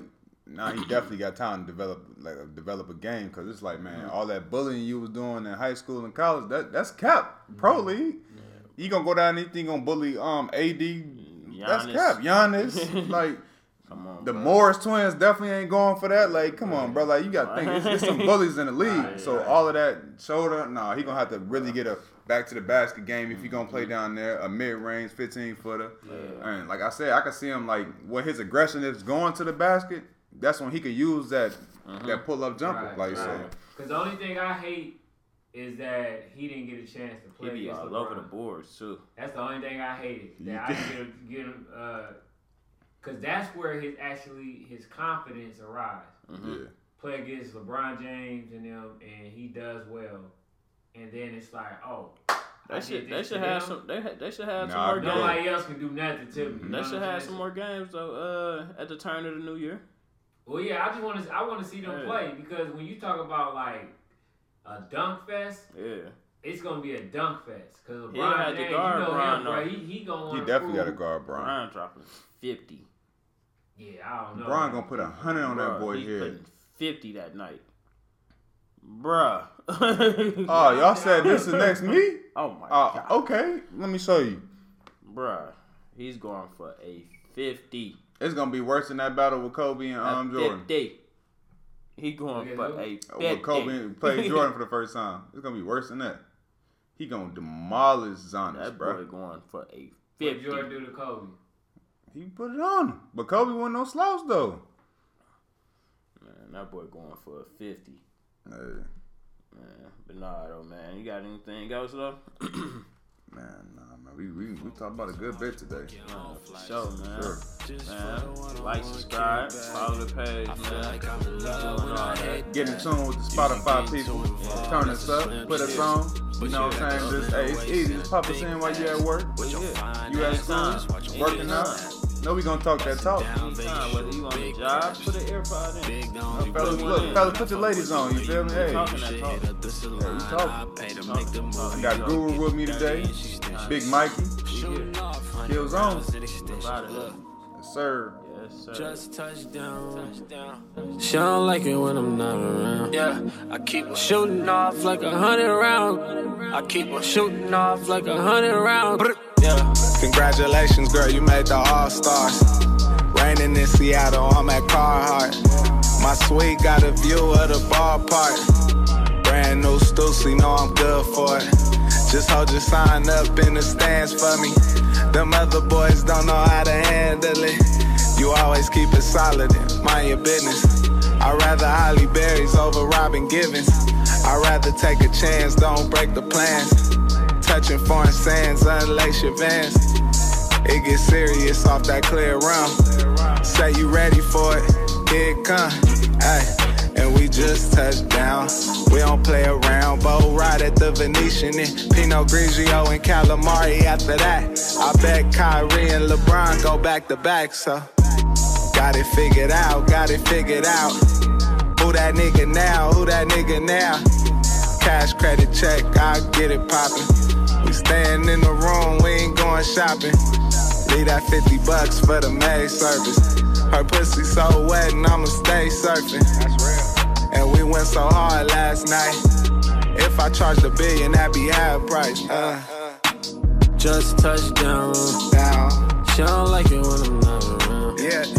now, he definitely got time to develop like uh, develop a game because it's like man, all that bullying you was doing in high school and college that that's cap. Pro league, you gonna go down and you gonna bully um AD. That's Mm-hmm. Giannis. cap. Giannis like. Come on, The bro. Morris twins definitely ain't going for that. Like, come on, bro. Like, you got to think, it's, it's <laughs> some bullies in the league. Right, so right. all of that shoulder, nah, he gonna have to really get a back to the basket game if he gonna Mm-hmm. play down there a mid range fifteen footer. And like I said, I can see him like when his aggression is going to the basket. That's when he could use that Mm-hmm. that pull up jumper, Right, like you right. said. Cause the only thing I hate is that he didn't get a chance to He play be against all LeBron. over the boards too. That's the only thing I hated. That I could get him, get him uh, cause that's where his actually his confidence arrives. Yeah. Mm-hmm. Play against LeBron James and them, and he does well, and then it's like, oh, I They should they did this should to have them. some they ha- they should have Nah, some more bro. games. Nobody else can do nothing to me. you know They what should I'm have saying? some more games though. Uh, at the turn of the new year. Well, yeah, I just want to I want to see them Yeah. play because when you talk about like a dunk fest, Yeah. It's gonna be a dunk fest because He LeBron had to James, guard you know Bron, him, bro. though. He, he gonna He wanna definitely got prove- to guard Bron. Brian dropping fifty. Yeah, I don't know. Bron gonna put a hundred on that Bruh, boy he here. putting fifty that night, bruh. <laughs> oh, Oh, y'all said this is next me? my Oh, god, okay. Let me show you. bruh. He's going for a fifty. It's gonna be worse than that battle with Kobe and A um Jordan. 50. He going Yeah, for who- a Uh, fifty. When Kobe <laughs> played Jordan for the first time, it's gonna be worse than that. He gonna demolish Zion, that bro. boy going for a What fifty. Jordan do to Kobe? He put it on him, but Kobe wasn't no slouch though. Man, that boy going for a fifty. Hey, Man, but nah, though, man. You got anything else though? <clears throat> man, nah, man. We we we talked about a good bit today. Nah, Oh, for sure, man. Sure. Man, like, subscribe, follow the page, man. Doing all that. Get in tune with the Spotify people. Turn us up, put us on. You know what I'm saying? Just hey, it's easy. Just pop us in while you at work. Yeah, You at school, working out. No, we gonna talk that talk. Anytime, whether you on the job, put an AirPod in. Now, fellas, look, fellas, put your ladies on. You feel me? Hey, Talking that talk. yeah, we talking. Talking that talk. I got Guru with me today. Big Mikey. Kills on. Provider. Yes, sir. Yes, sir. touchdown. She don't like it when I'm not around. Yeah, I keep on shooting off like a hundred round. I keep on shooting off like a hundred round. Yeah. Congratulations, girl, you made the All Stars. Raining in Seattle, I'm at Carhartt. My suite got a view of the ballpark. Brand new Stussy, know I'm good for it. Just hold your sign up in the stands for me. Them other boys don't know how to handle it. You always keep it solid and mind your business. I'd rather Holly Berry's over Robin Givens. I'd rather take a chance, don't break the plans. Touching foreign sands, unlace your vans. It gets serious off that clear round. Say you ready for it, here it come. Ay, and we just touched down. We don't play around, boat ride at the Venetian and Pinot Grigio and Calamari after that. I bet Kyrie and LeBron go back to back, so got it figured out, got it figured out. Who that nigga now? Who that nigga now? Cash credit check, I get it poppin'. We stayin' in the room, we ain't going shopping. Leave that 50 bucks for the maid service. Her pussy so wet and I'ma stay surfing. That's real. And we went so hard last night. If I charged a billion, that'd be half price. Uh, Just touchdown. down, She don't like it when I'm not around. yeah.